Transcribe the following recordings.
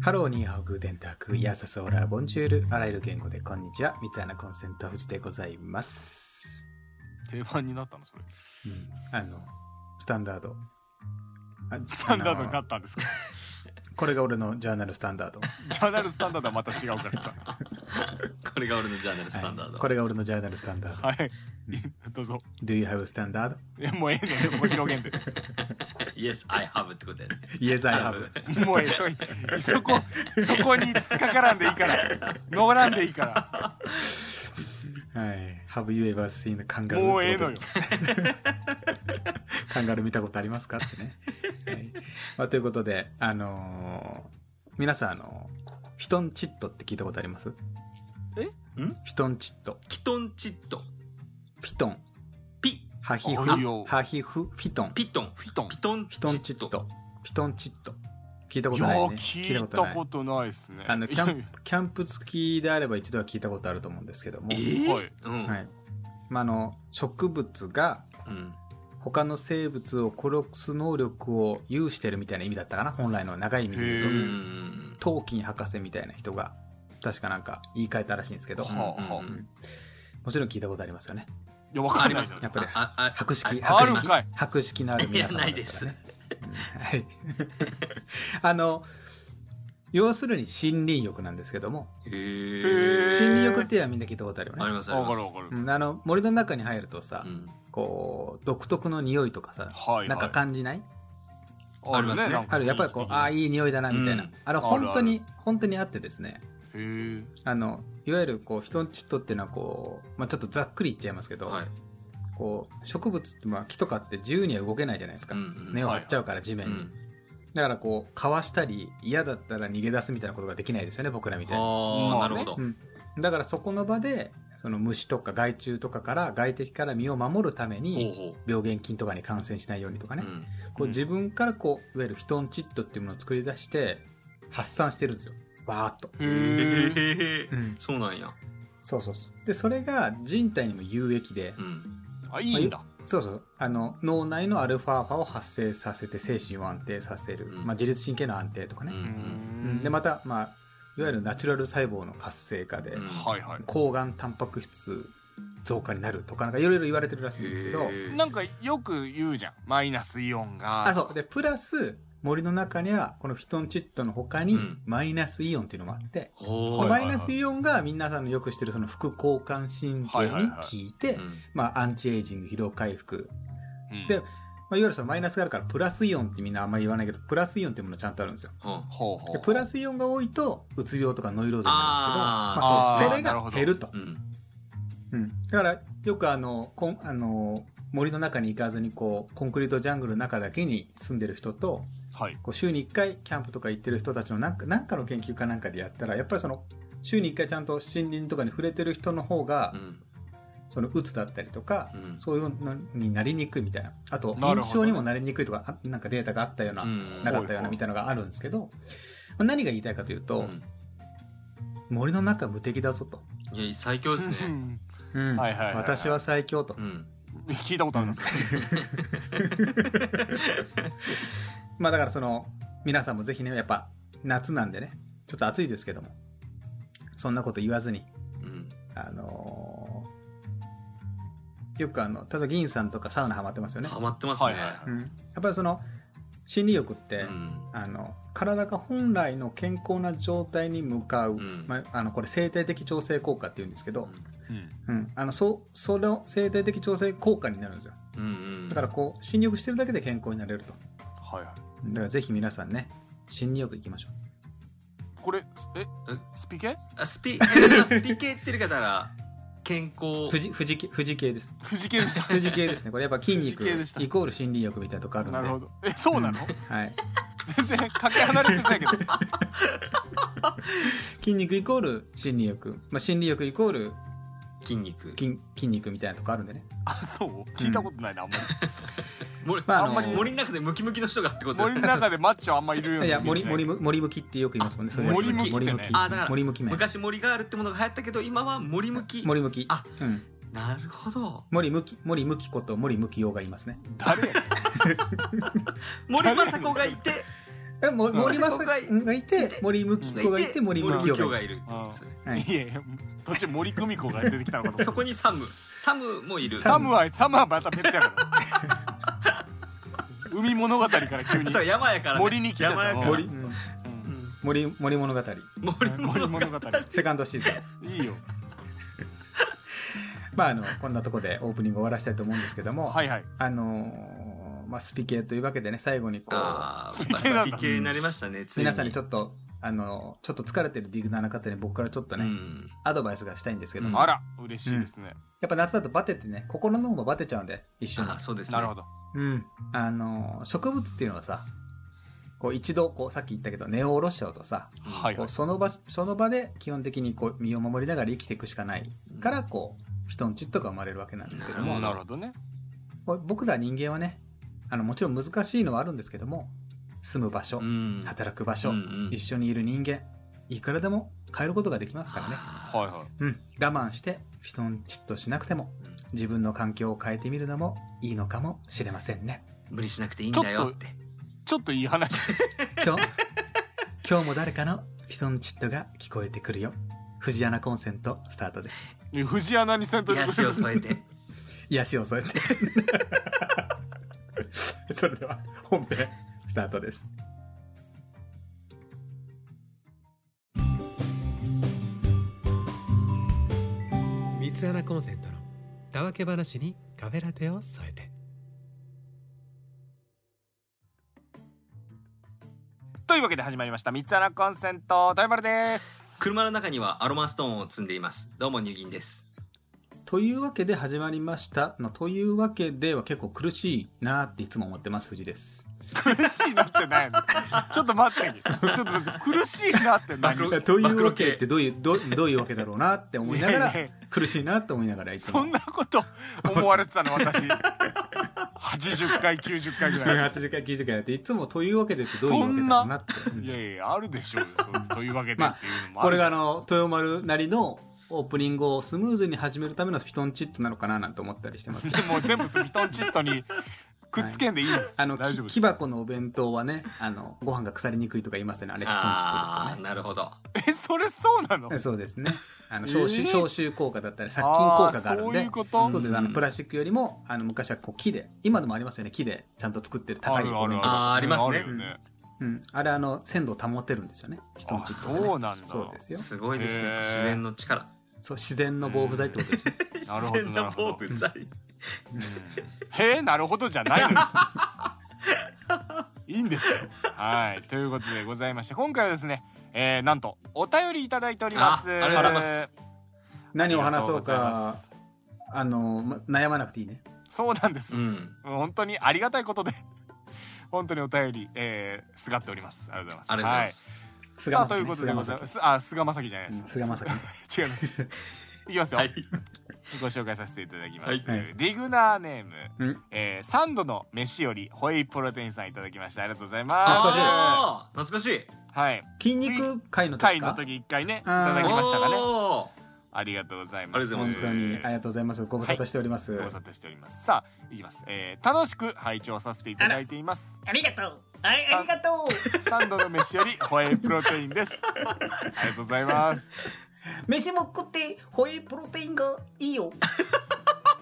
ハローニーハオグーデンターク、ヤーサスオラー、ボンジュール、あらゆる言語でこんにちは、三つ穴コンセント富士でございます。定番になったのそれうん、あの、スタンダード。あスタンダードになあのったんですかこれが俺のジャーナルスタンダード。ジャーナ ルスタンダードはまた違うか らさこれが俺のジャーナルスタンダード。はいこれが俺のジャーナルスタンダー ド。はいどうぞ Do you have a standard? えもうええねんでもう広げんで Yes, I have ってことやね。 Yes, I have. もうええそいそこそこに突っかからんでいいから乗らんでいいかはい。Have you ever seen a カンガらルーもうええのよカンガルー見たことありますかって ね。はいまあ、ということで、あのー皆さん、あのーフィトンチットって聞いたことありますえんフィトンチット。キトンチット。ピトン。ピ、ハヒおいよフ。ハヒフ。フィトン。ピトン。フィトンピトンフィトンチット。。フィトンチット。聞いたこいとやない、ね。ー聞いたことないですねあのキャンいプキャンプ付きであれば一度は聞いたことあると思うんですけども、えはいーうんはいまあ、あの植物がうん。他の生物を殺す能力を有してるみたいな意味だったかな本来の長い意味でう言うとへーん。トーキン博士みたいな人が確かなんか言い換えたらしいんですけど、はあはあうんもちろん聞いたことありますよねやわかあんりないまですす。やっぱりああ博識あ博あり識ますあるんかい博識のある皆様いやないですだからねうんはい あの要するに森林浴なんですけどもへへーー森林浴っていうのはみんな聞いたことあるよねありますありわかまるすわ。かるうんあの森の中に入るとさ、うんこう独特の匂いとかさ、はいはいなんか感じないありますねあるやっぱりこうああいいい匂いだなみたいな、あうんれあるある本当に本当にあってですねへえあのいわゆるこう人のチットっていうのはこう、まあ、ちょっとざっくり言っちゃいますけど、はい。こう植物ってまあ木とかって自由には動けないじゃないですか、うんうん根を張っちゃうから地面うに、んだからこうかわしたり嫌だったら逃げ出すみたいなことができないですよね僕らみたいにああ、まあなねるほどう。ん、だからそこの場でその虫とか害虫とかから外敵から身を守るためほうにほ病原菌とかに感染しないようにとかう。うね、んこううん自分からこういわゆるヒトンチットっていうものを作り出して発散してるんですよわーっと、へーへうーん、そうなんや。そうそうそうでそれが人体にも有益でうん。あいいんだそうそうあの脳内のアルファ波を発生させて精神を安定させる、うんまあ、自律神経の安定とかうね、んうんでまた、まあ、いわゆるナチュラル細胞の活性化で、うんはいは抗がんタンパク質増加になるとかなんかいろいろ言われてるらしいんですけどへいーなんかよく言うじゃんマイナスイオンがあそうでプラス森の中にはこのフィトンチットの他にうんマイナスイオンっていうのもあって、ほはういはいマイナスイオンが皆さんのよくしてるその副交感神経はいにはいは効いいて、うんまあ、アンチエイジング疲労回復、うんでまあ、いわゆるそのマイナスがあるからプラスイオンってみんなあんまり言わないけどプラスイオンっていうものちゃんとあるんですよほうほうほでうプラスイオンが多いとうつ病とかノイローゼになるんですけどあまーあ、そうそれなるほがど減るとうん。うん、だからよくあのこんあの森の中に行かずにこうコンクリートジャングルの中だけに住んでる人とはいこう週に1回キャンプとか行ってる人たちのなんかなんかの研究かなんかでやったらやっぱりその週に1回ちゃんと森林とかに触れてる人の方が、うん。そのうつだったりとか、うんそういうのになりにくいみたいなあとなるほど認知症にもなりにくいとかあなんかデータがあったような、うんなかったようなみたいなのがあるんですけど、まあ何が言いたいかというと、うん森の中無敵だぞと、いや、最強ですね。うんはいはいはいはい私は最強と。うん。聞いたことありますまあだからその皆さんもぜひねやっぱ夏なんでねちょっと暑いですけどもそんなこと言わずにうん。あのーよくあの例えば銀さんとかサウナハマってますよね、ハマってますねはい。はいはうん、やっぱりその心理欲って、うん。あの体が本来の健康な状態に向かう、んまあ、あのこれ生態的調整効果っていうんですけど、うんうん、あのそその生態的調整効果になるんですようんうん。だからこう心理欲してるだけで健康になれるとはいはいだからぜひ皆さんね心理欲いきましょうこれええスピケあスピ、え ースピ系ってる方ら、健康。富士富士系富士系 です。富士系でし富士系ですね。これやっぱ筋肉富士系でしたイコール森林浴みたいなとこあるたんで。なるほどえそうなのはい。全然かけ離れてそうやけど筋肉イコール森林浴、まあ森林浴イコール筋肉。筋筋肉みたいなとこあるんでね。あそう聞いたことないなあんまり森、まあああのんまり森の中でムキムキの人がってこと森の中でマッチョあんまりいるようないや森森森む森向きってよく言いますもんね。あそういうやつ森向き森向っきてねあだから森向き麺。昔森があるってものが流行ったけど、今は森向き。森向き。あうん。なるほど。森向き森向きこと森向きようがいますね。誰や森まさこがいて、えも森まさまこさががいて森向き子がいて森向き向子子がいがるいるってことですよね。はいいやいや途中森久美子が出てきたのかとそ思っこにサム、サムもいる。たサムはサムはまた別やから海物語から急にそう山やから、ね、森に来ちゃった山やから森,、ううんうんうん森森物語森森物語物語セカンドシーズンいいよまああのこんなとこでオープニング終わらせたいと思うんですけども、はいはいあのーまあ、スピ系というわけでね最後にこうああスピ系なんだスピ系になりましたねついに皆さんにちょっとあのーちょっと疲れてるディグナーの方に僕からちょっとね、うんアドバイスがしたいんですけども、うんあら嬉しいですね、やっぱ夏だとバテてね心の方もバテちゃうんで一緒にああそうですねなるほどうん、あの植物っていうのはさこう一度こうさっき言ったけど根を下ろしちゃうとさ、うんはいこはういその場その場で基本的にこう身を守りながら生きていくしかないからこう人のちっとが生まれるわけなんですけどももうなるほどねこう僕ら人間はねあのもちろん難しいのはあるんですけども住む場所、うん働く場所、うんうん一緒にいる人間いくらでも変えることができますからね、はいはうん、我慢して人のちっとしなくてもうん自分の環境を変えてみるのもいいのかもしれませんね。無理しなくていいんだよっていちょっといい話今日今日も誰かのフィトンチッドが聞こえてくるよ藤穴コンセントスタートです藤穴にせんと癒しを添 えて癒しを添えて それでは本編スタートです三つ穴コンセントのたわけ話にカフェラテを添えてというわけで始まりました三つ穴コンセント大 丸です車の中にはアロマストーンを積んでいますどうもニューギンですというわけで始まりましたのというわけでは結構苦しいなーっていつも思ってます藤です苦しいなってないの ちょっと待ってちょっと待って苦しいなって何暴露という暴露わ系けってどういうどどういうわけだろうなって思い ながらねえね苦しいなと思いながらいつもそんなこと思われてたの私80回90回ぐらい80回90回やっていつもというわけでってどういうわけだろうなっていやいやあるでしょうよそうというわけでっていうのもあこれるしがあの豊丸なりのオープニングをスムーズに始めるためのフィトンチットなのかななんて思ったりして ますけどもう全部スピトンチットにくっつけんでいいんです、あの大丈夫で木す箱のお弁当はねあのご飯が腐りにくいとか言いますよねあれフィトンチットあですあよねなるほどえそれそうなのそうですねあのえー消臭、消臭効果だったり殺菌効果があるんそうでいうこと、そうですあのうんプラスチックよりもあの昔はこう木で今でもありますよね木でちゃんと作ってる高いお弁当あーりますねるようんあれあの鮮度を保てるんですよねフィトンチットがねあそうなんだそうですよすごいですねへーやっぱ自然の力そう自然の防腐剤ってことですねなる自ほど然の防腐剤うんへえなるほどじゃないのよ いいんですよはいということでございまして今回はですね、えー、なんとお便りいただいておりますあありがとうございます何を話そうありがとございまかすあのま悩まなくていいねそうなんです、うん本当にありがたいことで本当にお便り、えー、すがっておりますありがとうござあいりますがとうございます、は菅田将暉ねい、さあということで菅田将暉ございますあ菅まさきじゃないです菅まさき違い ますいきますよ、はいご紹介させていただきます、はいディグナーネーム、うんえー、サンドの飯よりホエイプロテインさんいただきましたありがとうございまあー懐かしいすはい筋肉会の時会かの時一回ねいあーただきましたかねおありがとうございますありがとうご本ざいます当にありがとうございますご無沙汰しております、ご無沙汰しておりますさあいきます、えー、楽しく拝聴させていただいていますありがとう。あれさありがとう。サンドの飯よりホエイプロテインですありがとうございます 飯も食って、ホエイプロテインがいいよ。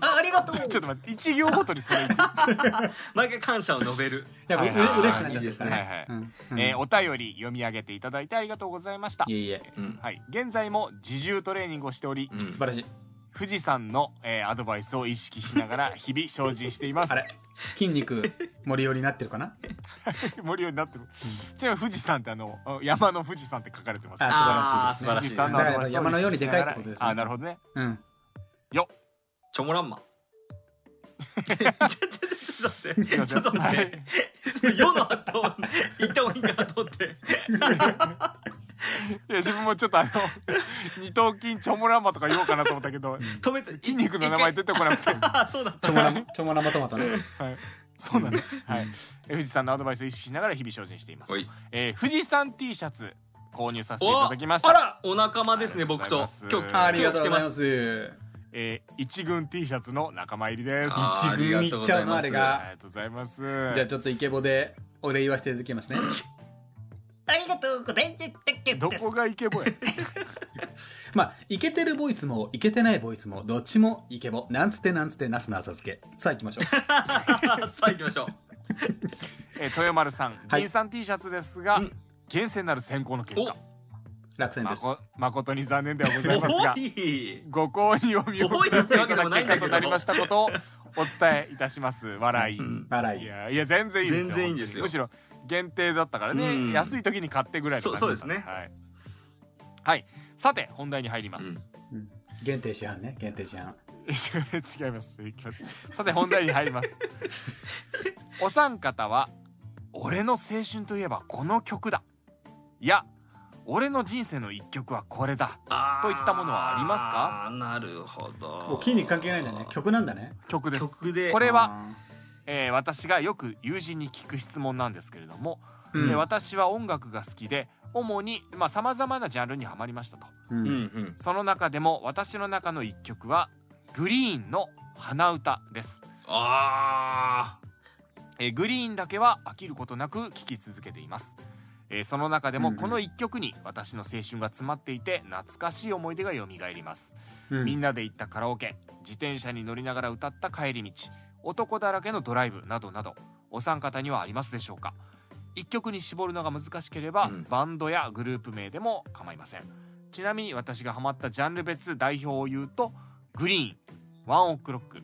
あ、ありがとう。ちょっと待って一行ごとにそれ言ってー毎回感謝を述べるいやはいはいはい嬉しくなっちゃっいいてですさねはいはいうんうんえー、お便り読み上げていただいてありがとうございましたいえいえうんはい現在も自重トレーニングをしておりうん素晴らしい富士山の、えー、アドバイスを意識しながら日々精進していますあれ筋肉盛りようになってるかな森よになってる、ちなみに富士山ってあのあ山の富士山って書かれてますああー素晴らしい富で士すね山のアドバイスを山のよう意識しながらにでかいってことですねあーなるほどねうんチョモランマ。ちょちょちょすいちょまちせんょっと待って。その世の後を言った方がいいかなと思って。いや自分もちょっとあの二頭筋チョモランマとか言おうかなと思ったけど止めて。筋肉の名前出てこなくて、はああそうだった。チョモラ マチョモラマトマトねい、そうなんだ、はい、え富士山のアドバイスを意識しながら日々精進していますおい、えー富士山 T シャツ購入させていただきましたあらお仲間ですねありが僕とうございとます。今日ありがとうござい今日ま来てすえー一軍 T シャツの仲間入りですああ一軍いっちゃうのあありれりがががとうございますじゃあちょっとイケボでお礼言わせていただきますねありがとうございます。どこがイケボやまあ、イケてるボイスも、イケてないボイスも、どっちもイケボ。なんつってなんつって、ナスの浅漬け。さあ行きましょ う。さあ行きましょうえー豊丸さん、はい銀さん T シャツですが、うん厳選なる選考の結果楽天まです。こ誠に残念ではございますがおいご購入を見送らせていただき結果となりましたことをお伝えいたします笑い、うん笑いい。やいや全然いいですよ全然いいんですよむしろ限定だったからね、うん安い時に買ってぐらいの感じそうそうですねはい、はい、さて本題に入ります、うんうん限定市販ね、限定市販。 違いますいきますさて本題に入りますお三方は「俺の青春といえばこの曲だ」いや「俺の人生の一曲はこれだあーといったものはありますかなるほどもう筋肉関係ないんだね。曲なんだね。」曲です曲でこれは、は、えー私がよく友人に聞く質問なんですけれども、うんえー私は音楽が好きで主にさまざ、まなジャンルにはまりましたとううんうんんその中でも私の中の一曲はグリーンの「花歌」ですあえーグリーンだけは飽きることなく聴き続けています、えーその中でうもんうんこの一曲に私の青春が詰まっていて懐かしい思い出がよみがえります、うんみんなで行ったカラオケ自転車に乗りながら歌った帰り道男だらけのドライブなどなどお三方にはありますでしょうか一曲に絞るのが難しければ、うんバンドやグループ名でも構いませんちなみに私がハマったジャンル別代表を言うとグリーンワンオクロック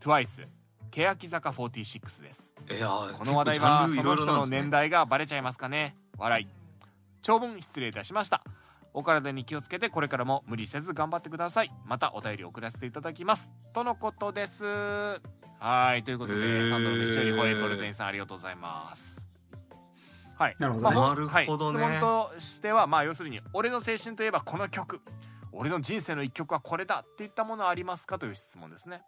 TWICE 欅坂46ですーいやーこの話題は結その構ジャンルいろいろ人なんでのすね年代がバレちゃいますかね笑い長文失礼いたしましたお体に気をつけてこれからも無理せず頑張ってくださいまたお便り送らせていただきますとのことですはいということでへーサンドの飯よりホエプルテンさんありがとうございますはいなるほどねまあなるほどねはい、質問としてはまあ要するに俺の青春といえばこの曲俺の人生の一曲はこれだっていったものはありますかという質問ですね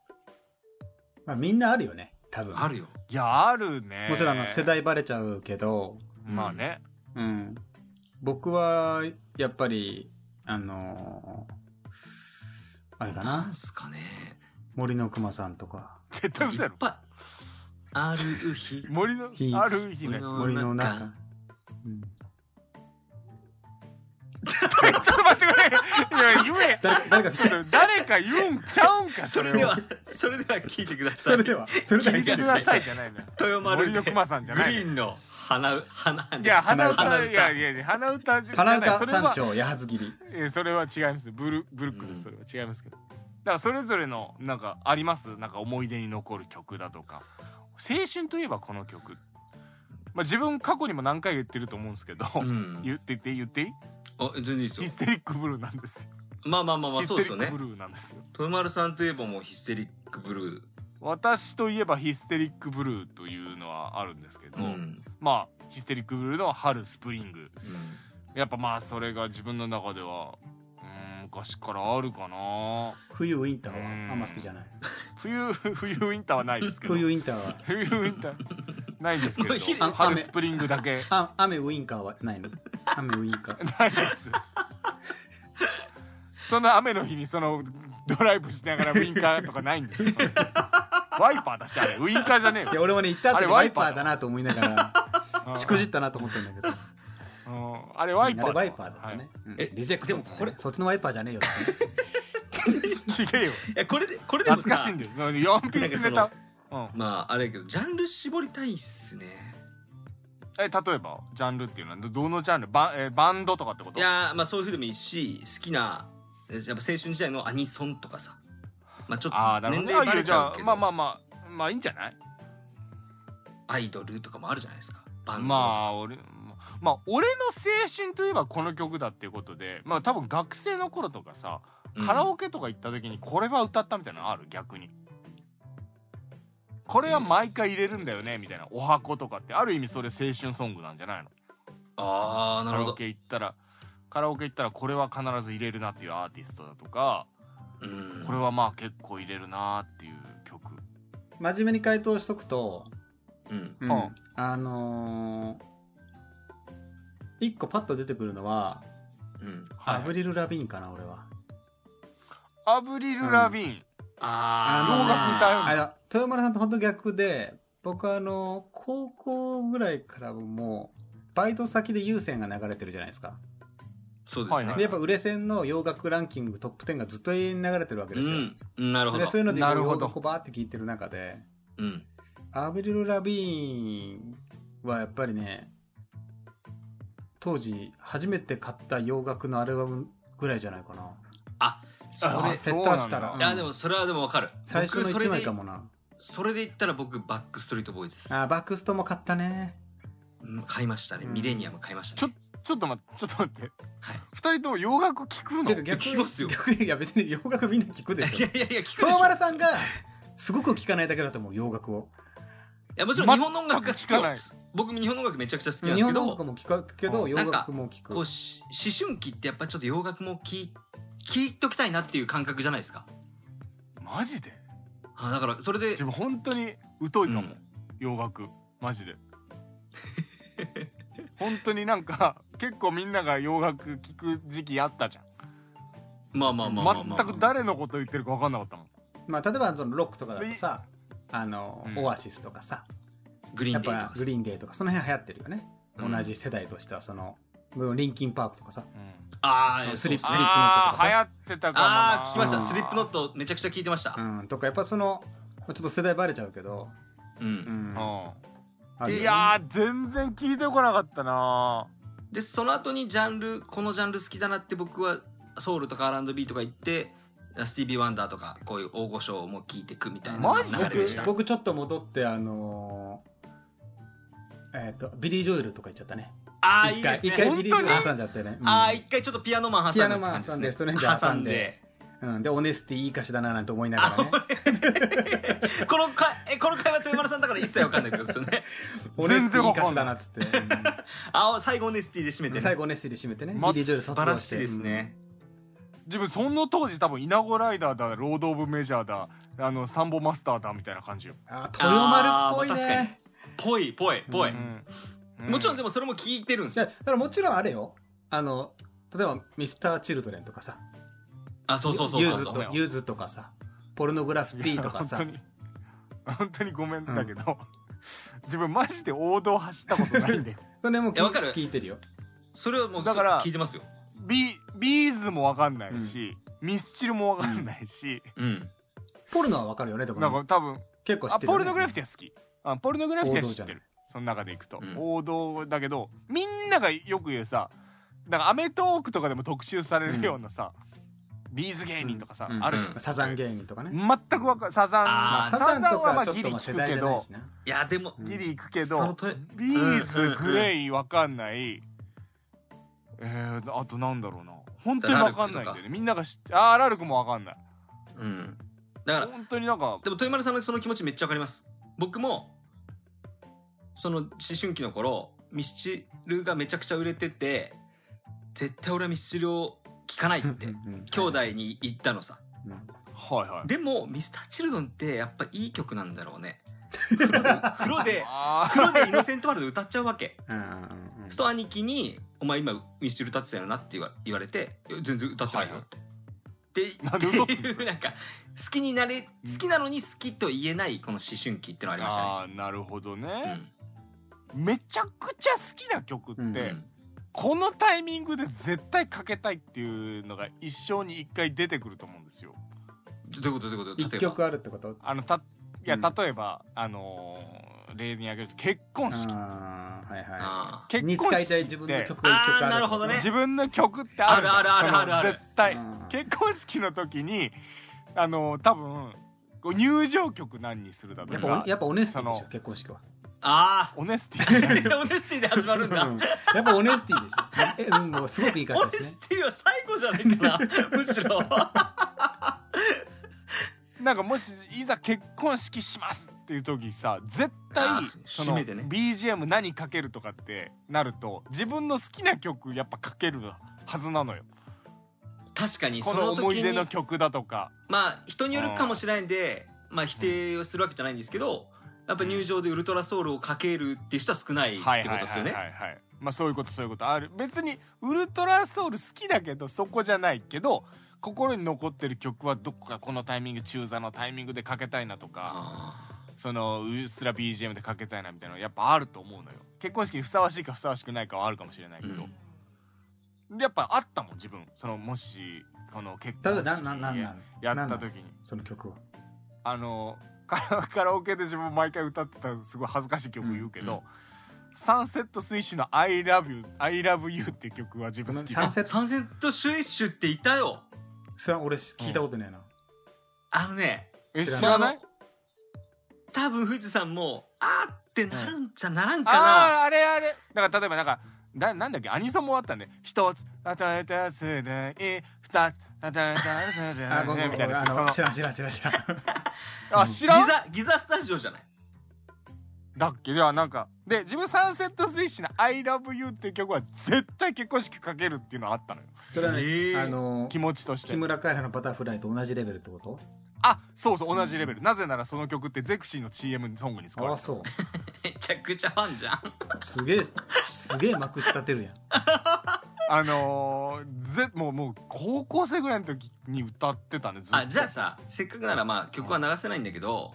まあみんなあるよね。多分。あるよいやあるねもちろんあの世代バレちゃうけど、まあね、うん。僕は、やっぱり、あのーあれかな。なんすかね森の熊さんとか。絶対嘘やろいっぱいあ る日森のひある日のや つ森森の森の中中。うんちょっと待ってくれいや言え誰か、誰かちょっと誰か言うんちゃうんか それではそれでは聞いてくだ さいそれでは、それでは聞いいいでてすくださいじゃないの よ豊丸森での熊さんじゃグないリーンの花花いや花鼻歌歌いやいやいや鼻歌じゃ花ないそ歌れ山は頂八幡切り。えそれは違いますブルブルックですそれは違いますけどだからそれぞれのなんかありますなんか思い出に残る曲だとか青春といえばこの曲まあ自分過去にも何回言ってると思うんですけど、うん言ってて言っていいあ全然いいですよヒステリックブルーなんですよ、まあまあまあまあヒそスうテリッですよクブねルーなんですよ豊丸さんといえばもうヒステリックブルー私といえばヒステリックブルーというのはあるんですけど、うんまあヒステリックブルーの春スプリングうんやっぱまあそれが自分の中ではうーん昔からあるかな冬ウィンターはあんま好きじゃない。冬 冬ウィンターはないですけど冬ウィンターは、冬ウィンターないですけ もうひど春スプリングだけあ雨ウィンカーはないの。雨ウィンカ ー。ないですそんな雨の日にそのドライブしながらウィンカーとかないんですよ それワイパーだしあれウィンカーじゃねえよいや、俺もね、行ったあ後にれワワイイパパーーだなと思いながうんら、しくじったなと思ったんだけど。うんあれワイパーあれワイパーだったはね。うんえリジェクトっつってね。でもこれそっちのワイパーじゃねえよってね。い違えよえこれでこれでも懐かさしいんだよ4ピースネなタんかうんまああれやけどジャンル絞りたいっすねえ例えばジャンルっていうのはどどのジャンルバ,、えーバンドとかってこといやーまあそういうふうでもいいし好きなえやっぱ青春時代のアニソンとかさまあちょああっなとるほ年ど齢バいレやちじゃゃうあけどまあまあまあまあいいんじゃないアイドルとかもあるじゃないですかバンドとかまあ俺まあ俺の青春といえばこの曲だっていうことでまあ多分学生の頃とかさうんカラオケとか行った時にこれは歌ったみたいなのある逆にこれは毎回入れるんだよねみたいなお箱とかってある意味それ青春ソングなんじゃないのああなカるラほオどケ行ったらカラオケ行ったらこれは必ず入れるなっていうアーティストだとかうんこれはまあ結構入れるなっていう曲真面目に回答しとくと、うんうんうんあのー、一個パッと出てくるのは、うんはいアブリル・ラビーンかな、俺は。アブリル・ラビーン、の洋楽歌うのあの豊丸さんと本当逆で、僕はあの、高校ぐらいからもう、バイト先で有線が流れてるじゃないですかそうですね、はいでやっぱ売れ線の洋楽ランキングトップ10がずっと永遠に流れてるわけですよ、うんなるほどでそういうのでなるほど洋楽をバーって聞いてる中でうんアブリル・ラビーンはやっぱりね当時初めて買った洋楽のアルバムぐらいじゃないかなそあれーそう絶な対んだしたらいやでもそれはでもわかる最初の僕それ1枚でかもなそれで言ったら僕バックストリートボーイズですあバックストも買ったねうん買いましたねうんミレニアム買いましたねちょっと待ってちょっと待ってはい二人とも洋楽聞くのてか逆聞きますよに逆にいや別に洋楽みんな聞くでいしょやいやいや聞くでし東ょい丸さんがすごく聞かないだけだと思う洋楽をやもちろん日本の音楽が好全きく聞かなよい僕日本の音楽めちゃくちゃ好きなんで日すけ本どの音楽も聞くけうどん洋なんか楽も聞くこうし思春期ってやっぱちょっと洋楽も聞い聞いときたいなっていう感覚じゃないですかマジであだからそれで自分本当に疎いかも、うん洋楽マジ で本当になんか結構みんなが洋楽聞く時期あったじゃんまあまあまあまあまあ、まあ、全く誰のこと言ってるか分かんなかったもんまあ、例えばそのロックとかだとさあの、うんオアシスとかさグリーやンっデーとぱかさグリーンデーとかその辺流行ってるよね、うん同じ世代としてはそのリンキンパークとかさうんああスリップそうノそッうトとかあさー流行ってたかもなあー聞きましたうんスリップノットめちゃくちゃ聞いてましたうん、とかやっぱそのちょっと世代バレちゃうけど、うん、うんあうんるよねいやー全然聞いてこなかったなでその後にジャンルこのジャンル好きだなって僕はソウルとか R&B とか行ってスティービー・ワンダーとかこういう大御所も聞いてくみたいなマジで流れでした僕僕ちょっと戻ってあのーえっ、とビリー・ジョエルとか言っちゃったねああい一いで回す一ね回ビリー・ジ本当ョエにル挟んじゃってね、うんああ一回ちょっとピアノマン挟んでって感じピアノマン挟んでストレンジ挟挟んんででうん、でオネスティいい歌詞だななんて思いながらねこのかえこの会話豊丸さんだから一切わかんないけどですよね オネスティいい歌詞だなっつって、ああ最後オネスティで締めうんてね最後オネスティで締めてね、まあビリー・ジョエル素卒晴ら業していですね、自分その当時多分イナゴライダーだロード・オブ・メジャーだあのサンボマスターだみたいな感じよ、あ豊丸っぽいあーまあ確かにねぽいぽいぽい、うんもちろんでももそれも聞いてるんですじゃよだからもちろんあれよあの例えばミスター・チルドレンとかさあそうそうそうユーそうズそごめとんユーズとかさポルノグラフィティとかさ本当に本当にごめんだけど、自分マジで王道走ったことないんだよそれも聞いやわかる聞いてるよそれはもうだから聞いてますよビビーズもわかんないし、ミスチルもわかんないし、うんポルノはわかるよねでもねなんか多分結構知っあてるよポね、ルノグラフィティは好きあポルノグラフィティは知王道っじてゃなるその中でいくと、うん王道だけどみんながよく言うさなんかアメトーークとかでも特集されるようなさ、ビーズ芸人とかさ、うんあるじゃん、ィサザン芸人とかね、全くわかサザンあサーザンとはまかちょあっギとリまあ世聞く代けじゃないどしないやでもうんギリ行くけそのどとビーうんうんズうんグレイわかんないえー、あとなんだろうな本当にラわルクかんないんだよとねみんなが知ってあーラルクもわかんないうんだから本当になんかでも豊丸さんのその気持ちめっちゃわかります僕もその思春期の頃ミスチルがめちゃくちゃ売れてて絶対俺はミスチルを聴かないって 兄弟に言ったのさうんはいはいでもミスターチルドンってやっぱいい曲なんだろう ね風呂であ風呂でイノセントワールド歌っちゃうわけうんうんうんうんすると兄貴に「お前今ミスチル歌ってたよな」って言わ言われて「いや全然歌ってないよ」って。ってなんで嘘つくんですって いうなんか好きになれ好きなのに好きと言えないこの思春期ってのあーりましたね。あーなるほどね、うめちゃくちゃ好きな曲って、うんうんこのタイミングで絶対かけたいっていうのが一生に一回出てくると思うんですよどういうことどういうこと例えば一曲あるってことあのたいやうん例えば、あのー例に挙げると結婚式あーはいはあい結に婚使い式たいっ自分のて曲が一曲あるあーなるほどね自分の曲ってあるじゃんあるあるあるあるあるその絶対、うん結婚式の時にあの多分こう入場曲何にするだとやっぱかおやっぱオネスティでそしのょ結婚式はー あオネステーィオネスティで始まるんだ、うんやっぱオネスティでしょえうんもうすごくいい歌オ詞でネすスねティは最後じゃない かなむしろなんかもしいざ結婚式しますっていう時さ絶あ対ーその締めでね BGM 何かけるとかってなると自分の好きな曲やっぱかけるはずなのよ確かにこそのの思い時に出の曲だとかまあ人によるかもしれないんでまあ否定をするわけじゃないんですけどやっぱ入場でウルトラソウルをかけるっていう人は少ないはいってはこいとですはいよはいねはいまあそういうことそういうことある別にウルトラソウル好きだけどそこじゃないけど心に残ってる曲はどこかこのタイミング中座のタイミングでかけたいなとかあそのうっすら BGM でかけたいなみたいなのやっぱあると思うのよ結婚式にふさわしいかふさわしくないかはあるかもしれないけど、でやっぱあったもん自分そのもしこの結た婚だ、式な、な、なんなんやなんったなん時にその曲は。あの カラカラオケで自分毎回歌ってたらすごい恥ずかしい曲言うけど、サンセットスイッシュの「ILOVEYOU」I love you っていう曲は自分好きごめんサだンセットサンセットシュイッシュっていたよそれは俺聞いたことねえな。あのねえ知知らないらない多分富士山もあーってなるんじゃならんかな、ああーあれあれだから例えばなんかななんだっけアニソンもあったんで「一つあたたするい二つあたたする あ、ごめい」んみごためいん。なあやつその、の知らん知らん知らん知らん。あ知らんギザギザスタジオじゃない だっけではなんかで自分サンセットスイッシュの「ILOVEYOU」っていう曲は絶対結婚式かけるっていうのはあったのよそれはね、えーあの気持ちとして木村カエラのバタフライと同じレベルってことあそうそう同じレベル、なぜならその曲ってゼクシーの CM ソングに使わあれあてたそうめちゃくちゃファンじゃんすげえすげえまくし立てるやんあのー、ぜもうもう高校生ぐらいの時に歌ってたねずっとあじゃあさせっかくならまあ曲は流せないんだけど、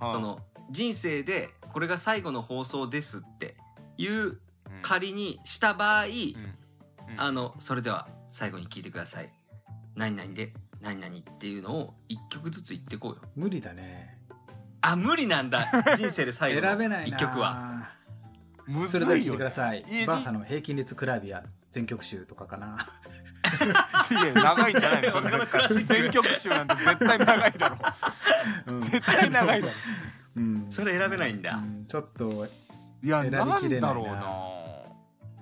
はいその人生でこれが最後の放送ですっていううん仮にした場合、うんあのそれでは最後に聞いてください何々で何々っていうのを一曲ずつ言ってこうよ無理だねあ無理なんだ人生で最選後べのないな一曲はむそずれではい聴いよてくださいいいじバッハの平均率クラビア全曲集とかかないや長いんじゃな いです大阪のクラシック全曲集なんて絶対長いだろうん絶対長いだろうんそれ選べないんだ、うんちょっといや選びなんきれないなだろうな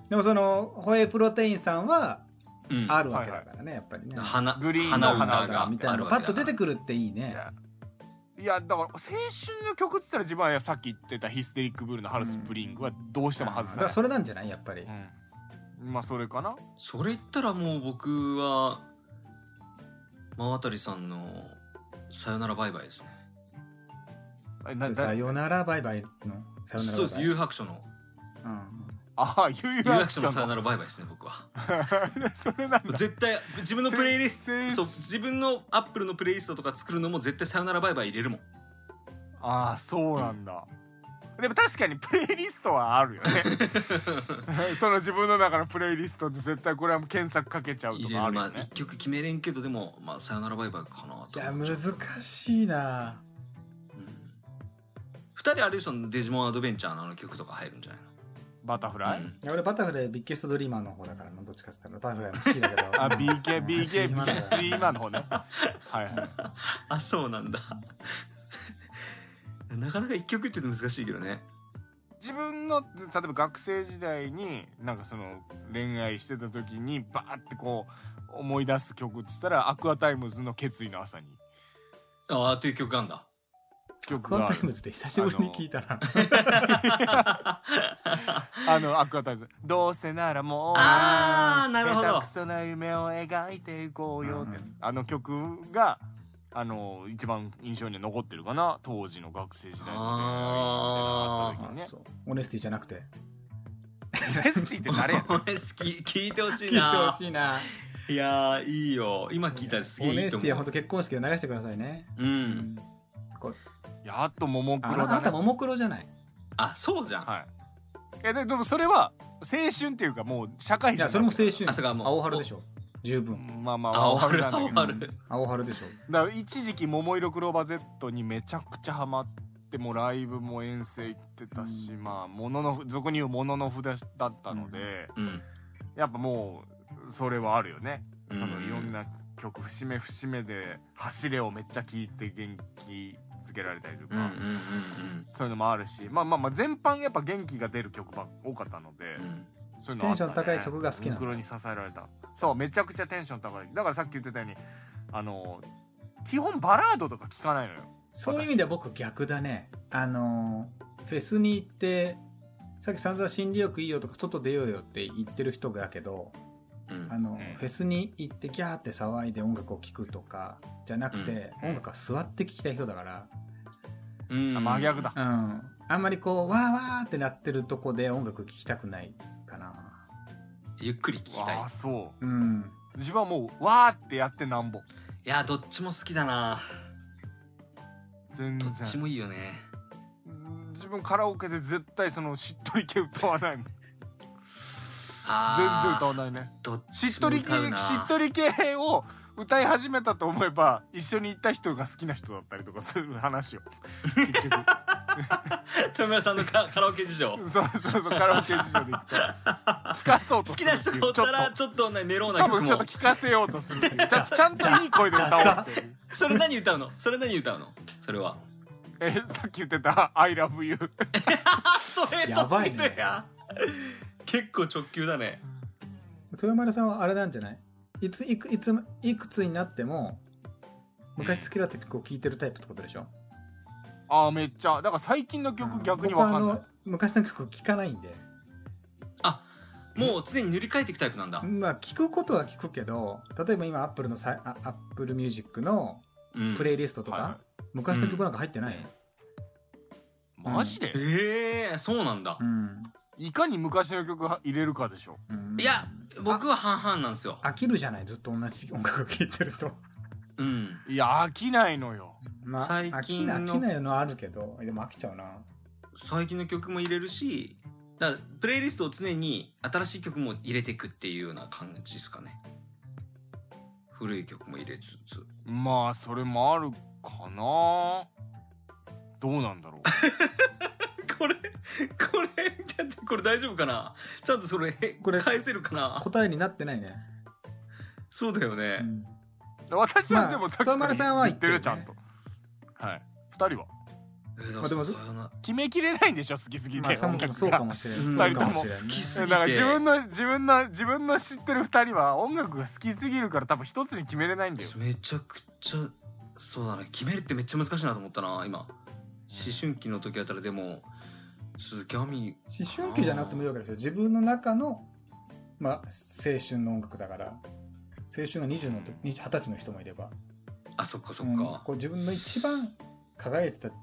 でもそのホエイプロテインさんはうんあるわけだからねやっぱりね花グリーンの花花歌がみたあいなるパッわけとだ出てなくるっていいねいやだから青春の曲って言ったら自分はさっき言ってたヒステリックブルーの「ハルスプリング」はどうしても外ださかならいそれなんじゃないやっぱりうんまあそれかなそれ言ったらもう僕は真渡さんの「さよならバイバイ」ですねえなさだよならバイバイのさよならそうですバイバイ誘白書のうんああ有誘白楽書町の「さよのならバイバイ」ですね僕は それなんだ絶対自分のプレイリスせせトそう自分のアップルのプレイリストとか作るのも絶対「さよならバイバイ」入れるもんああそうなんだ、でも確かにプレイリストはあるよねその自分の中のプレイリストで絶対これはもう検索かけちゃうと入れかあるるまあよね1曲決めれんけどでも「まあ、さよならバイバイ」かないとや思っちゃう難しいなうん二人あるいはそのデジモンアドベンチャーのあの曲とか入るんじゃないのバタフライ、うんいや俺バタフライビッケストドリーマーの方だからなどっちかっつったらバタフライも好きだけど あうん BKBK 暇だから BS3 今の方ねはいはいあそうなんだ なかなか一曲って言うと難しいけどね自分の例えば学生時代になんかその恋愛してた時にバーってこう思い出す曲っつったらアクアタイムズの「決意の朝にああという曲があんだ」曲クワがンあタるイムズで久しぶりに聞いたなあのアクアタイムズどうせならもうあーなるほど下手くそな夢を描いていこうよってやつ、うんあの曲があの一番印象に残ってるかな当時の学生時代のあ恋愛 みたいなのがあった時に ねそうオネスティじゃなくてレスティって誰 やねん俺好き聞いてほし聞いいてなほしいないやーいいよ今聞いたらすげえオいいネとスティは本思う当結婚式で流してくださいねううんやっとももあクなロあだなたねももクロじゃないあそうじゃん、はいいやででもそれは青春っていうかもう社会い人やそれも青春あそれはもう青春でしょ十分まあまああ青春春なだんだけど青春青春でしょだから一時期桃色クローバー Z にめちゃくちゃハマってもうライブも遠征行ってたし、まあものの俗に言うものの札だったので、うんやっぱもうそれはあるよね、うんそのいろんな曲節目節目で走れをめっちゃ聞いて元気づけられたりとか、うんうんうんそういうのもあるしまあまあまあ全般やっぱ元気が出る曲ばっ多かったので、うんうんそういうのあったテねンション高い曲が好きなのモンクロに支えられたそうめちゃくちゃテンション高いだからさっき言ってたようにあの基本バラードとか聞かないのよそういう意味では僕逆だねあのーフェスに行ってさっき散々心理よくいいよとか外出ようよって言ってる人だけどうんあの、んフェスに行ってギャーって騒いで音楽を聴くとかじゃなくて、うん音楽は座って聴きたい人だから、うんあ真逆だうん、あんまりこうわーわーってなってるとこで音楽聴きたくないかなゆっくり聞きたいああそうんう自分はもうわーってやってなんぼいやどっちも好きだな全ど然っちもいいよね自分カラオケで絶対そのしっとり系歌わないもん全然あ歌わないねーどっしっちともり系歌うなしっとり系を歌い始めたと思えば一緒に行った人が好きな人だったりとかする 話を結局 富村さんのカカラオケ事情 そうそうそうカラオケ事情で行くと聞かそうと好すきるな人がおったらちょっとねメロウとな多曲分ちょっとも聞かせようとするっていうちゃんちゃんといい声で歌おうっていうそれ何歌うのそれ何歌うのそれはえさっき言ってた「ILOVEYOU」ストレートすぎるやん結構直球だね豊丸さんはあれなんじゃないいついくいついくつになっても昔好きだった曲を聴いてるタイプってことでしょ、ああめっちゃだから最近の曲逆に僕わはかあんないの昔の曲聴かないんでもう常に塗り替えていくタイプなんだまあ聞くことは聞くけど例えば今アップルのさいあアップルミュージックのうんプレイリストとか、はいはい昔の曲なんか入ってないよ、マジで、ええそうなんだうんいかに昔の曲入れるかでしょうんいや僕は半々なんですよ飽きるじゃないずっと同じ音楽を聴いてるとうんいや飽きないのよまあ最近の飽きな飽きないのはあるけどでも飽きちゃうな最近の曲も入れるしだからプレイリストを常に新しい曲も入れていくっていうような感じですかね古い曲も入れつつまあそれもあるかなどうなんだろうこれ これだってこれ大丈夫かなちゃんとそれこれ返せるかな答えになってないね、そうだよね、うん私はでもさっきかまあら豊丸さんは言言っっててるるちゃんとはい2人はえーだまあでもさよな決めきれないんでしょ好きすぎまあて、そもそもそうかもしれない二人とそもうかしれないね好きすだから自分の自分の自分の知ってる2人は音楽が好きすぎるから多分一つに決めれないんだよめちゃくちゃそうだね決めるってめっちゃ難しいなと思ったな今思春期の時やったらでも鈴木亜美思春期じゃなくてもいいわけですよ自分の中の、まあ、青春の音楽だから青春が20のと20 20歳の人もいればあそっかそっうんか、こう自分の一番輝いてた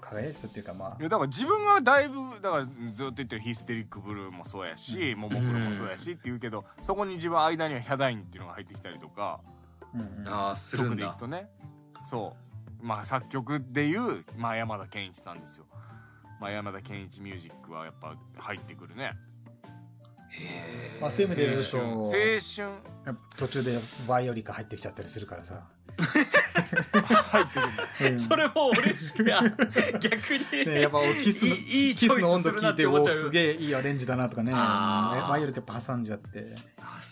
輝いてたっていうかまいやだから自分はだいぶだからずっと言ってるヒステリックブルーもそうやし、ももクロもそうやしって言うけどそこに自分間にはヒャダインっていうのが入ってきたりとかあ、うんうんああする曲んでいだくとねそうまあ作曲でいう、まあ、山田健一さんですよ、まあ、山田健一ミュージックはやっぱ入ってくるねへーまあそういう意味で言うと青春青やっぱ途中でバイオリカ入ってきちゃったりするからさ、春 入ってくるんだうんそれも嬉しいや 逆に、ね、やっぱキスのいいいいキチョスのイス温す度るな聞っいてて思っおちゃうすげえいいアレンジだなとかねあーバイオリカやっぱ挟んじゃって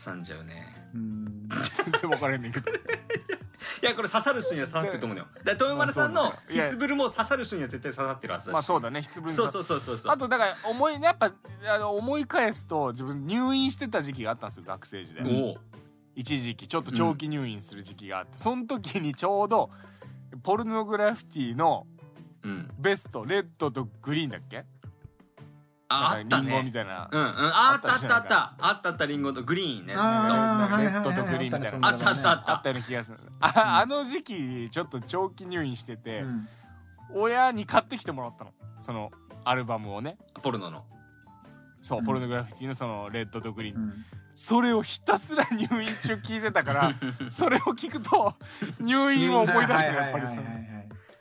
挟んじゃうねうん全然分からへんねんけどいやこれ刺さる人には刺さってると思うのよだから豊丸さんまあのそうだねいヒやスブルも刺さる人には絶対刺さってるはずだし、まあそうだね質問そうそうそうそうそうあとだから思いやっぱあの思い返すと自分入院してた時期があったんですよ学生時代おう一時期ちょっと長期入院する時期があって、その時にちょうどポルノグラフィティのうんベストレッドとグリーンだっけああなっんかたリンゴねみたいな、うんうんああったあったああっったあったあったリンゴとグリーンねずっとあーレはいッドはいとはいグリーンみたいなあったねそんあなのっねたあったああっったような気がするああの時期ちょっと長期入院してて、うん親に買ってきてもらったのそのアルバムをねたポルノのそう、うんポルノグラフィティのそのレッドとグリーン、うんそれをひたすら入院中聞いてたから それを聞くと入院を思い出すはのいはやいはっぱいりはいその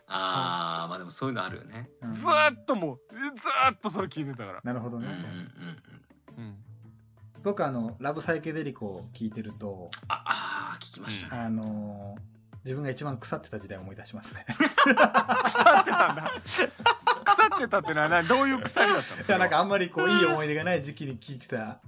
ああまあでもそういうのあるよねうんずーっともうずーっとそれ聞いてたから、なるほどうんねうんうんう んうん僕あのラブサイケデリコを聞いてるとああー聞きましたねあのー自分が一番腐ってた時代を思い出しますね腐ってたんだ腐ってたってのはなどういう腐りだったのじゃあなんかあんまりこういい思い出がない時期に聞いてた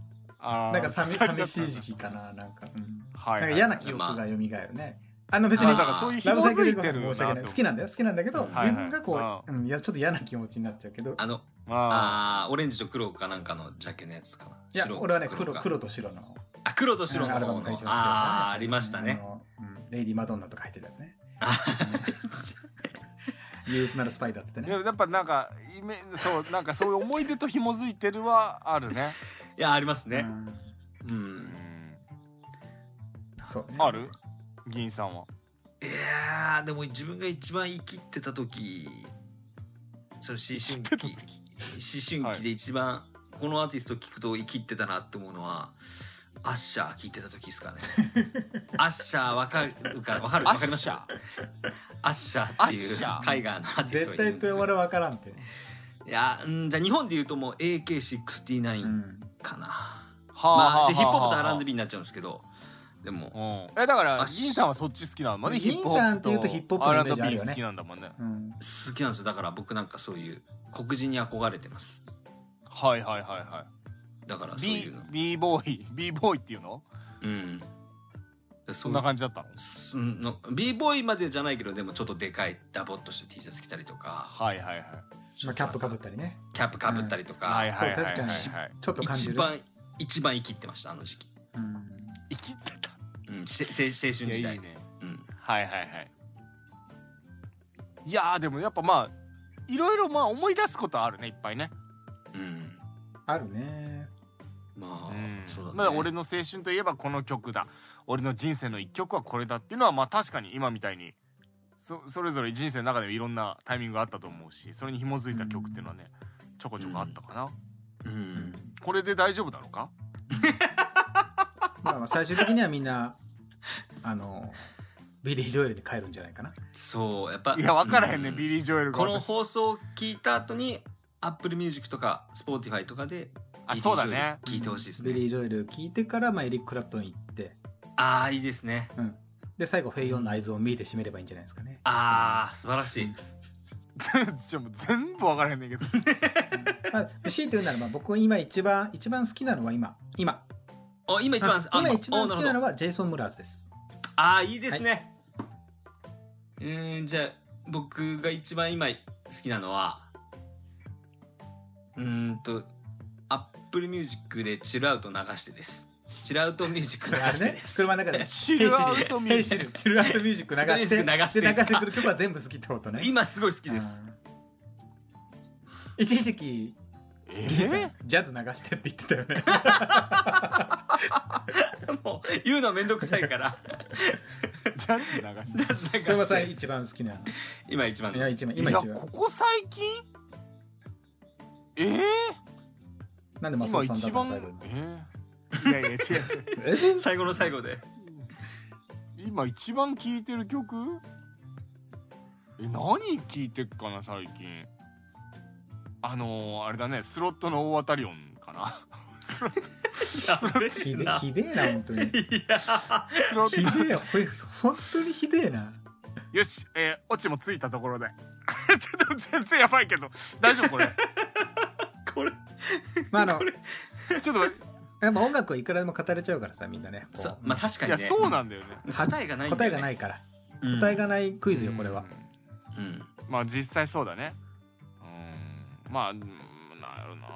あーなんか寂腐りだ寂っしたい時期かななんか,、うんはなんい、はい、か嫌な記憶が蘇るねあの別あにーだからそういうラブサ紐イケづデいリコてさるんな申し訳ない好きなんだよ好きなんだけど、はいはい自分がこう、ううん、いやちょっと嫌な気持ちになっちゃうけどあのああーオレンジと黒かなんかのジャケのやつかないや俺はね黒か黒と白のあ黒と白うんアの方ルバムの書いてますけど、ああーありましたねあの、うんレイディ・マドンナとか入ってるやつねあ憂鬱なるスパイだっつってーねでもやっぱなんかイメそうなんかそういう思い出と紐づいてるはあるね、いやありますう ねんうん、うん、そうねある銀さんはいやーでも自分が一番生きってた時その思春期思春期で一番、このアーティスト聞くと生きってたなって思うのはアッシャー聞いてた時で すかねアッシャーわかるからわかるわかりましたアッシャーアッシャーってアッシいうャー海外のアーティ絶ストがいる対んです豊よ丸分からんっていやうんじゃあ日本で言うともうう AK69 んかな、はまあヒップホップとらん R&B になっちゃうんですけどでもえだからあ銀さんはそっち好きなのまねヒ銀ップホさんッっていうとヒプップとホップのイメージある R&B よね好きなんだもんねうん好きなんですよだから僕なんかそういう黒人に憧れてますはいはいはいはだからいそういう B の B ボーイ B ボーイっていうのうんでそそんな感じだったのその b ボーイまでじゃないけどでもちょっとでかいダボっとした T シャツ着たりとかはいはいはいまあ、キャップかぶったりねキャップかぶったりとか、はいはいはいそうはい確かにはいちょっと感じ一る、番一番生きってましたあの時期、うん、生きてたうん、せせ青春い時や代いいねうん、はいはいはいいやーでもやっぱまあいろいろまあ思い出すことあるねいっぱいねうん、あるねまあ、うんそうだね、まあ俺の青春といえばこの曲だ俺の人生の一曲はこれだっていうのはまあ確かに今みたいにそそれぞれ人生の中でもいろんなタイミングがあったと思うしそれに紐づいた曲っていうのはねちょこちょこあったかな、うん、これで大丈夫だろうかまあまあ最終的にはみんなあのビリー・ジョエルで帰るんじゃないかなそうやっぱいや分からへんね、うビリー・ジョエルがこの私放送を聞いた後に Apple Music とか Spotify とかであそうだね聞いてほしいですビリー・ねジョエル聞いてから、まあ、エリック・クラプトン行ってああいいですねで最後フェイヨンの合図を見て締めればいいんじゃないですかねああ素晴らしいちょもう全部分からへんねん けどまあ、強いて言うなら ば僕今一番一番好きなのは今今お今一番あ今一番好きなのははジェイソン・ムラーズ ですああいいですね、うーんじゃあ僕が一番今好きなのはうーんと Apple Music でチルアウト流してですチルアウトミュージック 流あれしてねです車の中でシルアウトミュージ ヘイシルッチルアウトミュージック流してミュージック流してで流れてくる曲は全部好きってことね今すごい好きですあー一時期えー、ジャズ流してって言ってた よねもう言うのめんどくさいからジャズ流してそれはなんさか一番好きな今一番いのや一番い今や一番ここ最近えー、なんでマス今オさんだ一った番の最後えー、いやいや違う違うに最後の最後で今一番聴いてる曲え何聴いてっかな最近あのー、あれだねスロットの大当たり音 かなスロやべえひえでなひでえな本当にいやスロひッでえほい本当にひでえなトよしえー、オチもついたところで ちょっと全然やばいけど大丈夫これこれまああのちょっと待ってやっぱ音楽はいくらでも語れちゃうからさみんなねこうそうまあ確かいにねやそうなんだよね答えがないんだ答えよねがないからうん答えがないクイズよこれはうんまあ実際そうだねうんまあうんなるな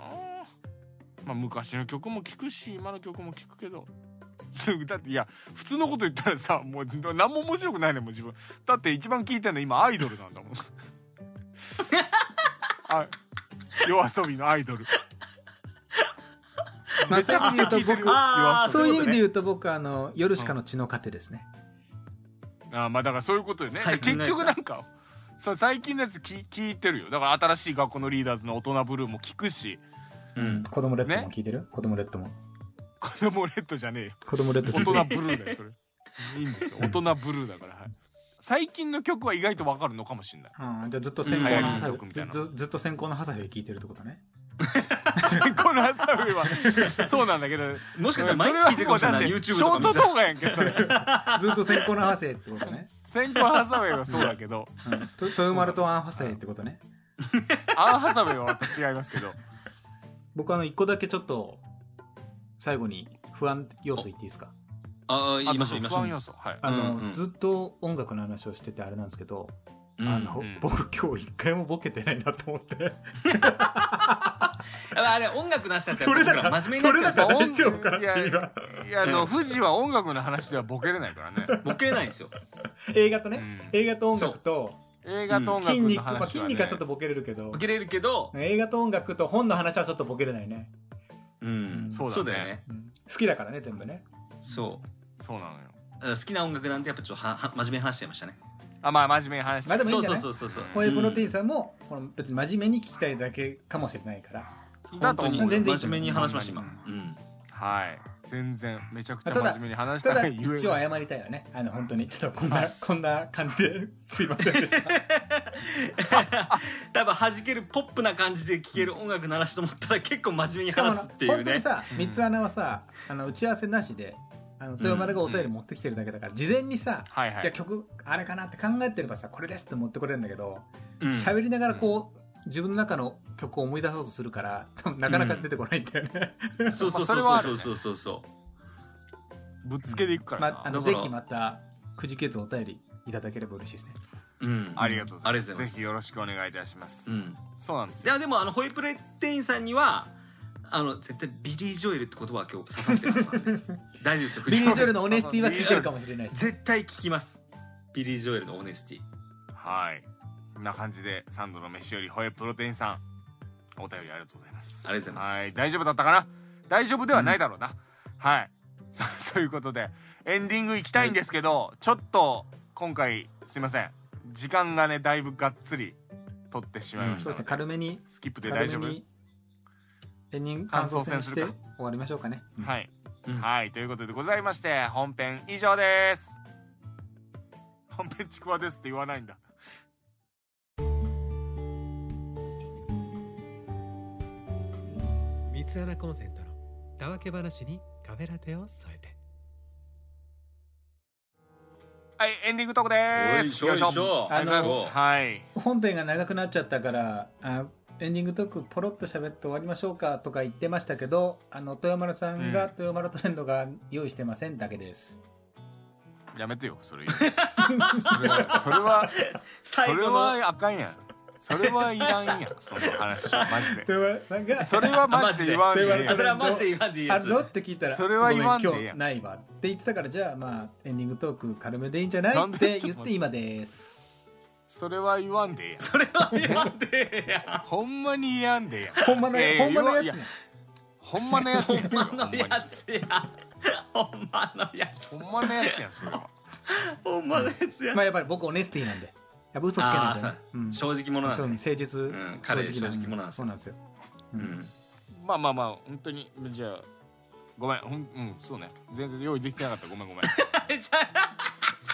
まあ昔の曲も聴くし今の曲も聴くけど すぐだっていや普通のこと言ったらさもう何も面白くないねんもう自分だって一番聴いてるの今アイドルなんだもん あ夜遊びのアイドルまあめちゃくちゃ聴いてるよあーそういう意味で夜遊び言うと僕あの「ヨルシカの血の糧」ですねあーまあだからそういうことよね最近の結やつ局なんかそう最近のやつ聞聞いてるよだから新しい学校のリーダーズの大人ブルーも聞くしうん子供レッドねも聞いてる子供レッドも子供レッドじゃねえよ 子供レッド大人ブルーだよそれいいんですよ大人ブルーだから、はい、最近の曲は意外とわかるのかもしれない うんじゃあずっと先行うんの流行りのハサウ曲みたいなずずずっと先行のハサウェイ聞いてるってことねこのハサウェイはそうなんだけどもしかしたら毎日聞いてるかもしれないそ YouTube れとはもかうだってショート見て動画やんけそれずっと先行のハサウェイってことね先行ハサウェイはそうだけどうんと豊丸とアンハサウェイってことねアンハサウェイはまた違いますけど僕あの一個だけちょっと最後に不安要素言っていいですかああ言いましょうあと不言いましょ安う要素はいあの、うんうんずっと音楽の話をしててあれなんですけど、うんあの、うん僕今日一回もボケてないなと思ってあれ音楽なしだったら取れ僕なからった真面目になっちゃう取れなかっ大丈夫かな音いや君はいやあの富士は音楽の話ではボケれないからね、 ボケれないんで すよ映画とね、う映画と音楽とん、映画と音楽筋肉、の話は、ねまあ、筋肉はちょっとボケれるけどボケれるけど映画と音楽と本の話はちょっとボケれないね、うんそうだねそうだよねうん好きだからね全部ねそうそうなのよあの好きな音楽なんてやっぱちょっとはは真面目に話しちゃいましたねあまあ真面目に話しまあてでもいいそんうじゃなそういそうそうそうホエプロテインスさんも、この別に真面目に聞きたいだけかもしれないからだ本と思当にう本当よ全然いいと真思う面目に話しました今うんうん はい全然めちゃくちゃただ真面目に話したたが だゆえ に一応謝りたいよねあの本当にちょっとこんなこんな感じですいませんでした多分弾けるポップな感じで聴ける音楽鳴らしと思ったら結構真面目にしかも話なすってい本う当にねさうん三つ穴はさあの打ち合わせなしであの豊丸がお便り持ってきてるだけだから事前にさはいはいじゃあ曲あれかなって考えてればさこれですって持ってこれるんだけどうん喋りながらこう自分の中の曲を思い出そうとするから なかなか出てこないんだよね。そうそまあうそうそれはあるそうねそうそうそうぶっつけでいくからな、まあのだかぜらひまたくじけずお便りいただければ嬉しいですね。うんありがとうございます。ありがとうございますぜひよろしくお願いいたします。うんそうなんですいよ。やでもあのホイプレテインさんにはあの絶対ビリー・ジョエルって言葉は今日刺さってますからね大丈夫ですよビ藤リー・井さジョエルのオネスティは聞いてるかもしれないんし。絶対聞きますビリー・ジョエルのオネスティはい。こんな感じで、サンドの飯よりホエプロテインさん、お便りありがとうございます。ありがとうございますはい。大丈夫だったかな大丈夫ではないだろうな。はい。 さあということで、エンディング行きたいんですけど、ちょっと、今回、すいません。時間がね、だいぶがっつり取ってしまいましそたうですので、ね軽めにスキップで大丈軽め夫にエンディング感想戦して感終想戦わりましょうかね。はい、うんはいということでございまして本編以上です本編ちくわですって言わないんだ三つ穴コンセントのたわけ話にカフェラテを添えてはいエンディングトークでよすいしょよいしょありがとうございますはい本編が長くなっちゃったからあエンディングトークポロッと喋って終わりましょうかとか言ってましたけどあの豊丸さんが、うん豊丸トレンドが用意してませんだけです。やめてよそれ言うそれはそれは最それ後のはあかんやんそれはいらんやんその話マジで豊丸さんがそれはマジで言わんでええあやそれはマジで言わんでいいあやるつのって聞いたら、それは言わんでええごめ今やん日ないわって言ってたから、じゃあまあ、エンディングトーク軽めでいいんじゃないなんっでてちょ言っとっ待ってて今です。それは言わんでええやんそれは 言わんでええやほんまに言わんでええやんほんまの、いいほんまのいやついね。ほんまのやつやんそれはほんまのやつほんまにほんまのやつやんそれはやほんまのやつほんまのやつやまあやっぱり僕オネスティなんで。やっぱ嘘つけないですよねあー。うん正直者なんそうだね誠実、ん彼正直者なんですよそうなんですよ。うんまあまあまあ本当にじゃあごめんほんうんそうね全然用意できてなかったごめんごめんえじゃあ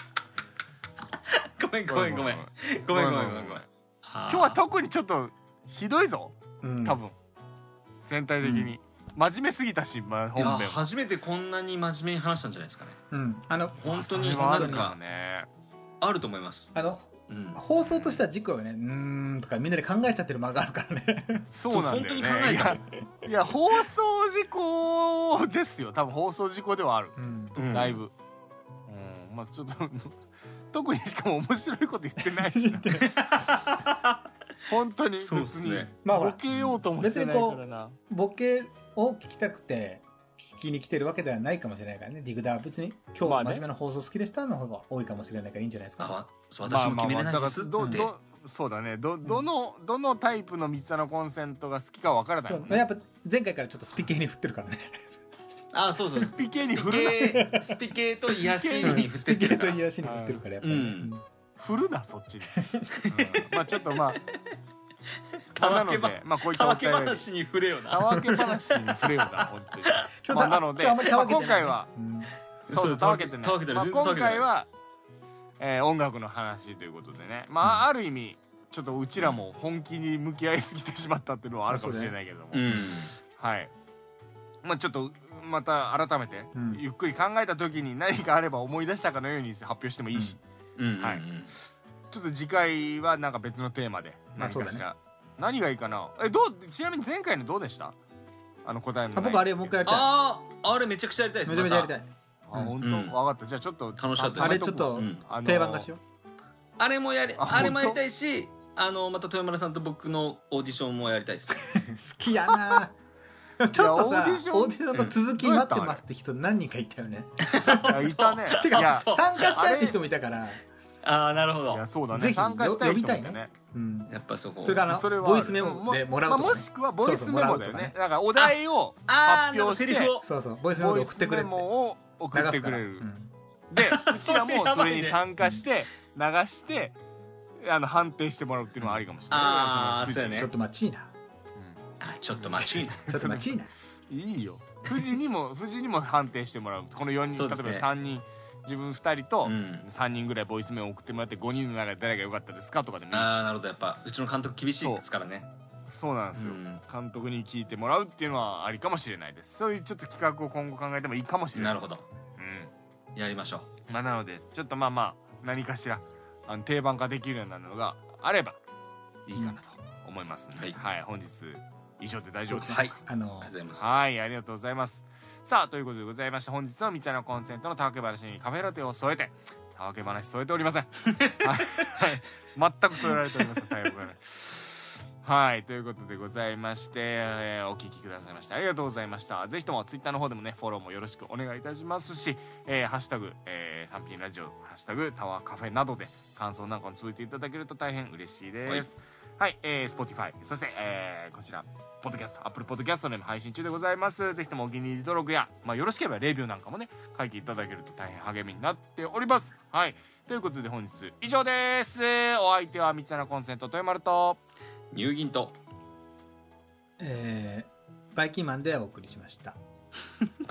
ごめんごめんごめんごめんごめんごめんごめん今今日は特にちょっとひどいぞうん多分、全体的に、真面目すぎたし、まあ、いや本編初めてこんなに真面目に話したんじゃないですかねうん。あの、本当にそれはあなるんかかもねあると思います、あの、うん、放送としては事故よね。うーんとかみんなで考えちゃってる間があるからね。そうなんだよねそう本当に考えたいやいや放送事故ですよ多分放送事故ではある、うん。うんだいぶうんまあちょっと 特にしかも面白いこと言ってないしな本当に別そうにですねまあほボら、ケようともしてないからなボケを聞きたくて、聞きに来てるわけではないかもしれないからね。ディグダーは別に今日まはあね真面目な放送好きでしたの方が多いかもしれないからいいんじゃないですか。あわそう私も決めれないですっまて、あまあまあだからどどそうだねどどの、どのタイプの三つ葉のコンセントが好きかわからないそもうんねやっぱ前回からちょっとスピ系に振ってるからね。あそうそうスピ系に振るななスピ系と癒しに振スってっピて系るとから癒やしに振ってるからやっぱり。うん振るなそっちに、うんまあちょっとまあたわけまあなのばでまあこういったたおわけ便り話に触れよたなわけ話に触れよな本当に今まあ日なので今日あんまりたわけてないまあ今回はうんそうそそううたわけてねたわけてないまあ、全今然たわけてない回は、えー音楽の話ということでねまあある意味ちょっとうちらも本気に向き合いすぎてしまったっていうのはあるかもしれないけども、うんはいまあちょっとまた改めて、うんゆっくり考えた時に何かあれば思い出したかのように発表してもいいし、うんはいちょっと次回はなんか別のテーマでまあ何かそしうだら、何がいいかなえどうちなみに前回のどうでしたあの答えもないあ僕あれもう一回やりたい。あああれめちゃくちゃやりたいですめちゃめちゃやりたいい。あうん本当、うわんかったじゃあちょっと楽しかったですあれちょっとうんあの定番化しよあれもやりああれもやり本当たいしあのまた豊村さんと僕のオーディションもや りたいですう。好きやな。ちょっといやオーさディションオーディションの続きうん待ってますって人何人かいたよね。あいたね ていやか参加したいって人もいたから。ああなるほどいやそうだぜねひ参加したい人もいたよ呼びたいねうん。やっぱそこそれからあのそれはボイスメモでもらうとかねまあ、もしくはボイスメモだそうそうよねもらうとかねだからお題をああ発表してセリフをそうそうボイスメモボでイ送ってスくメれって。モを送流っすてかくられるうんでうちそれら やばいねもそれに参加して流してあの判定してもらうっていうのはありかもしれないあーそのそうちょやねっと待ちいな。あちょっ と待ちちょっと待ちいな。いいよ富士にも富士にも判定してもらうこの4人、そうで例すえねば3人自分2人とうん3人ぐらいボイスメを送ってもらって5人の中で誰が良かったですかとかでもいいしああなるほどやっぱうちの監督厳しいですからねそうなんですよ、うん監督に聞いてもらうっていうのはありかもしれないですそういうちょっと企画を今後考えてもいいかもしれなないるほどやりましょうんまあ、なのでちょっとまあまあ何かしらあの定番化できるようなのがあればいいかなと思いますので、ははいい、本日以上で大丈夫うですかはいありあのがとうございますはい、ありがとうございます。さあ、ということでございまして、本日は三ツ矢のコンセントのたわけ話にカフェラテを添えて、たわけ話添えており ません。はい、はい、全く添えられておりません、たわけ話はい、ということでございまして、えーお聞きくださいましてありがとうございました。ぜひともツイッターの方でもね、フォローもよろしくお願いいたしますし、えーハッシュタグ、えー、三品ラジオ、ハッシュタグ、タワーカフェなどで感想なんかもつぶえていただけると大変嬉しいです。はい、えー、Spotify、そして、えーこちら、ポッドキャスト、Apple Podcast でも配信中でございます。ぜひともお気に入り登録や、まあ、よろしければレビューなんかもね、書いていただけると大変励みになっております。はい。ということで本日以上です。お相手は三つ穴コンセント豊丸と、入銀とえーバイキンマンでお送りしました。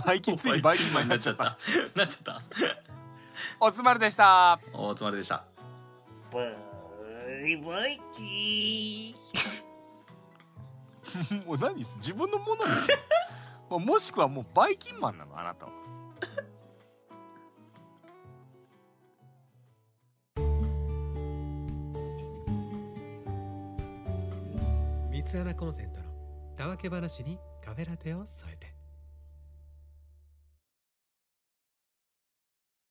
バイキン、 ついにバイキンマンになっちゃった。た なっちゃった おつまるでした。おつまりでしたバイバイキー。もう何す自分のものですよ もうもしくはもうバイキンマンなのあなたは三ツ穴コンセントのたわけ話にカフェラテを添えて